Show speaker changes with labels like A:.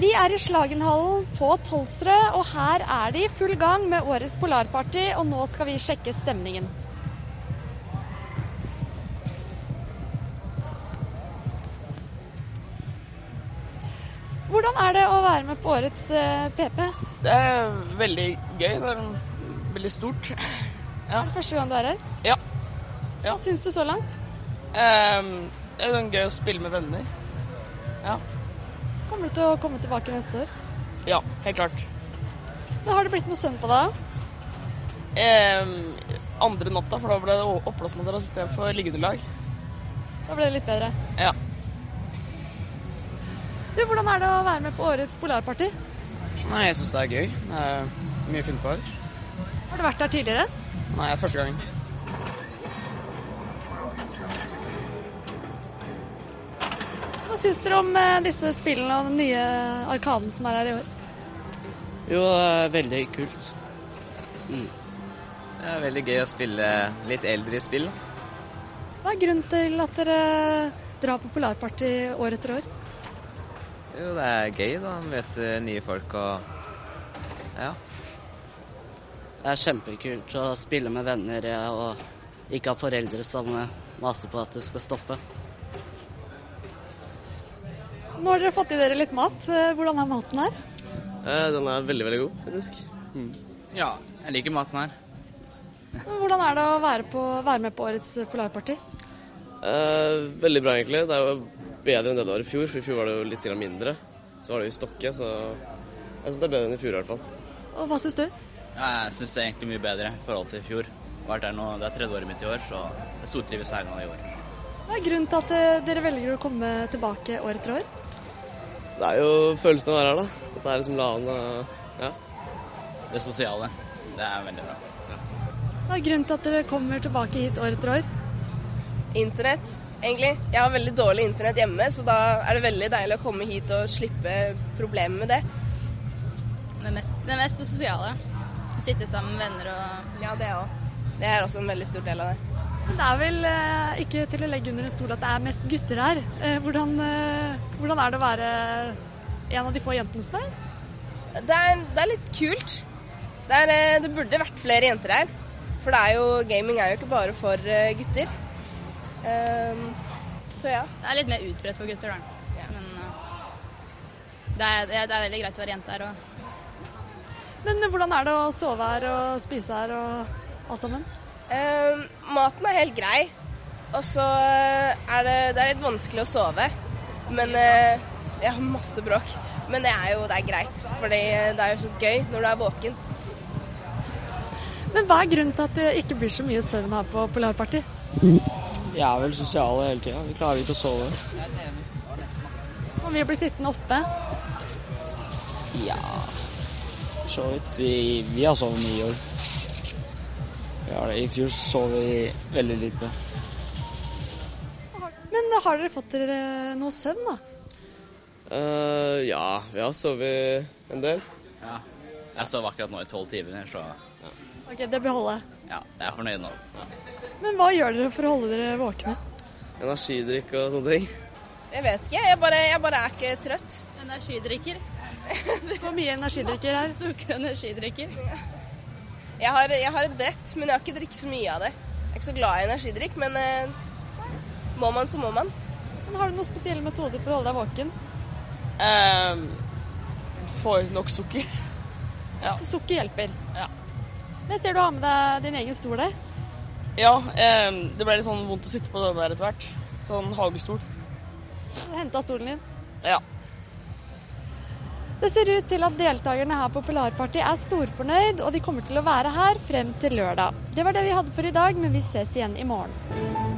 A: Vi er i Slagenhallen på Tolsrød, og her er de i full gang med årets polarparty, og nå skal vi sjekke stemningen. Hvordan er det å være med på årets eh, PP? Er
B: Det er veldig gøy. Det er veldig stort. Ja.
A: det første gang du er her?
B: Ja. Ja.
A: Hva syns du så langt?
B: Ehm, Det er sånn gøy å spille med venner.
A: Kommer du til å komme tilbake neste år?
B: Ja, helt klart.
A: Da har det blitt noe søvn på deg?
B: Ehm, andre natta, for da ble det o- oppblåsmateriale istedenfor liggeunderlag.
A: Da ble det litt bedre?
B: Ja.
A: Du, hvordan er det å være med på årets polarparty?
B: Nei, jeg syns det er gøy. Det er mye å finne på her.
A: Har du vært der tidligere?
B: Nei, første gangen.
A: Hva syns dere om eh, disse spillene og den nye Arkaden som er her i år?
B: Jo, det er veldig kult.
C: Det er veldig gøy å spille litt eldre spill. da.
A: Hva er grunnen til at dere eh, drar på Polarparty år etter år?
C: Jo, det er gøy da, å møte nye folk og ja.
D: Det er kjempekult å spille med venner ja, og ikke ha foreldre som eh, maser på at du skal stoppe.
A: Nå har dere fått i dere litt mat. Eh, Hvordan er maten her?
E: Eh,
C: Den er veldig, veldig god, faktisk.
F: Ja, jeg liker maten her.
A: Hvordan er det å være, på, være med på årets Polarparty?
E: Eh, veldig bra, egentlig. Det er jo bedre enn det det var i fjor, for i fjor var det jo litt grann mindre. Så var det jo i Stokke, så jeg syns det er bedre enn i fjor i hvert fall.
A: Og hva syns du?
F: Ja, jeg syns det er egentlig mye bedre i forhold til i fjor. Jeg har Vært her nå, Det er tredje året mitt i år, så jeg stortrives her nå i år.
A: Hva er grunnen til at eh, dere velger å komme tilbake år etter år?
E: Det er jo følelsen av å være her, da. At det er liksom LAN og ja.
F: Det sosiale. Det er veldig bra.
A: Hva er grunnen til at dere kommer tilbake hit år etter år?
G: Internett, egentlig. Jeg har veldig dårlig internett hjemme, så da er det veldig deilig å komme hit og slippe problemet med det.
H: Det mest, det mest sosiale. Sitte sammen med venner og
G: Ja, det òg. Det er også en veldig stor del av det.
A: Men det er vel eh, ikke til å legge under en stol at det er mest gutter her. Eh, Hvordan, eh, hvordan er det å være en av de få jentene som er her?
G: Det er, det er litt kult. Det, er, eh, det burde vært flere jenter her. For det er jo, gaming er jo ikke bare for eh, gutter. Ehm, så ja.
H: Det er litt mer utbredt for gutter, da.
G: Ja.
H: Men eh, det er, det er- det er veldig greit å være jente her. Og
A: Men hvordan er det å sove her og spise her og alt sammen?
G: Ehm, maten er helt grei. Og så eh, er det, det er litt vanskelig å sove. Men eh, Ja, masse bråk. Men det er jo det er greit. For det er jo så gøy når du er våken.
A: Men hva er grunnen til at det ikke blir så mye søvn her på Polarparty?
D: Vi er vel sosiale hele tida. Vi klarer ikke å sove.
A: Om vi blir sittende oppe?
D: Ja for så vidt. Vi, vi har sovet mye i år. Vi har det. I fjor sov vi veldig lite.
A: Men har dere fått dere noe søvn, da?
E: Eh, ja, vi har sovet en del.
F: Ja. Jeg sov akkurat nå i tolv timer, så
A: Ok, det beholder jeg.
F: ja, jeg er fornøyd nå.
A: Men hva gjør dere for å holde dere våkne?
E: Energidrikk og sånne ting.
G: Jeg vet ikke. Jeg bare, jeg bare er ikke trøtt.
H: energidrikker.
A: Hvor mye energidrikker her?
H: Sukker og energidrikker.
G: Jeg har, jeg har et brett, men jeg har ikke drukket så mye av det. Jeg er ikke så glad i energidrikk, men eh, må man, så må man.
A: Men har du noen spesielle metoder for å holde deg våken?
B: Ehm, Få i nok sukker.
A: Så sukker hjelper.
B: Ja.
A: Men jeg ser du har med deg din egen stol der.
B: Ja, ehm, det ble litt sånn vondt å sitte på den der etter hvert. Sånn hagestol.
A: Henta stolen din.
B: Ja.
A: Det ser ut til at deltakerne her på Polarparty er storfornøyd, og de kommer til å være her frem til lørdag. Det var det vi hadde for i dag, men vi ses igjen i morgen.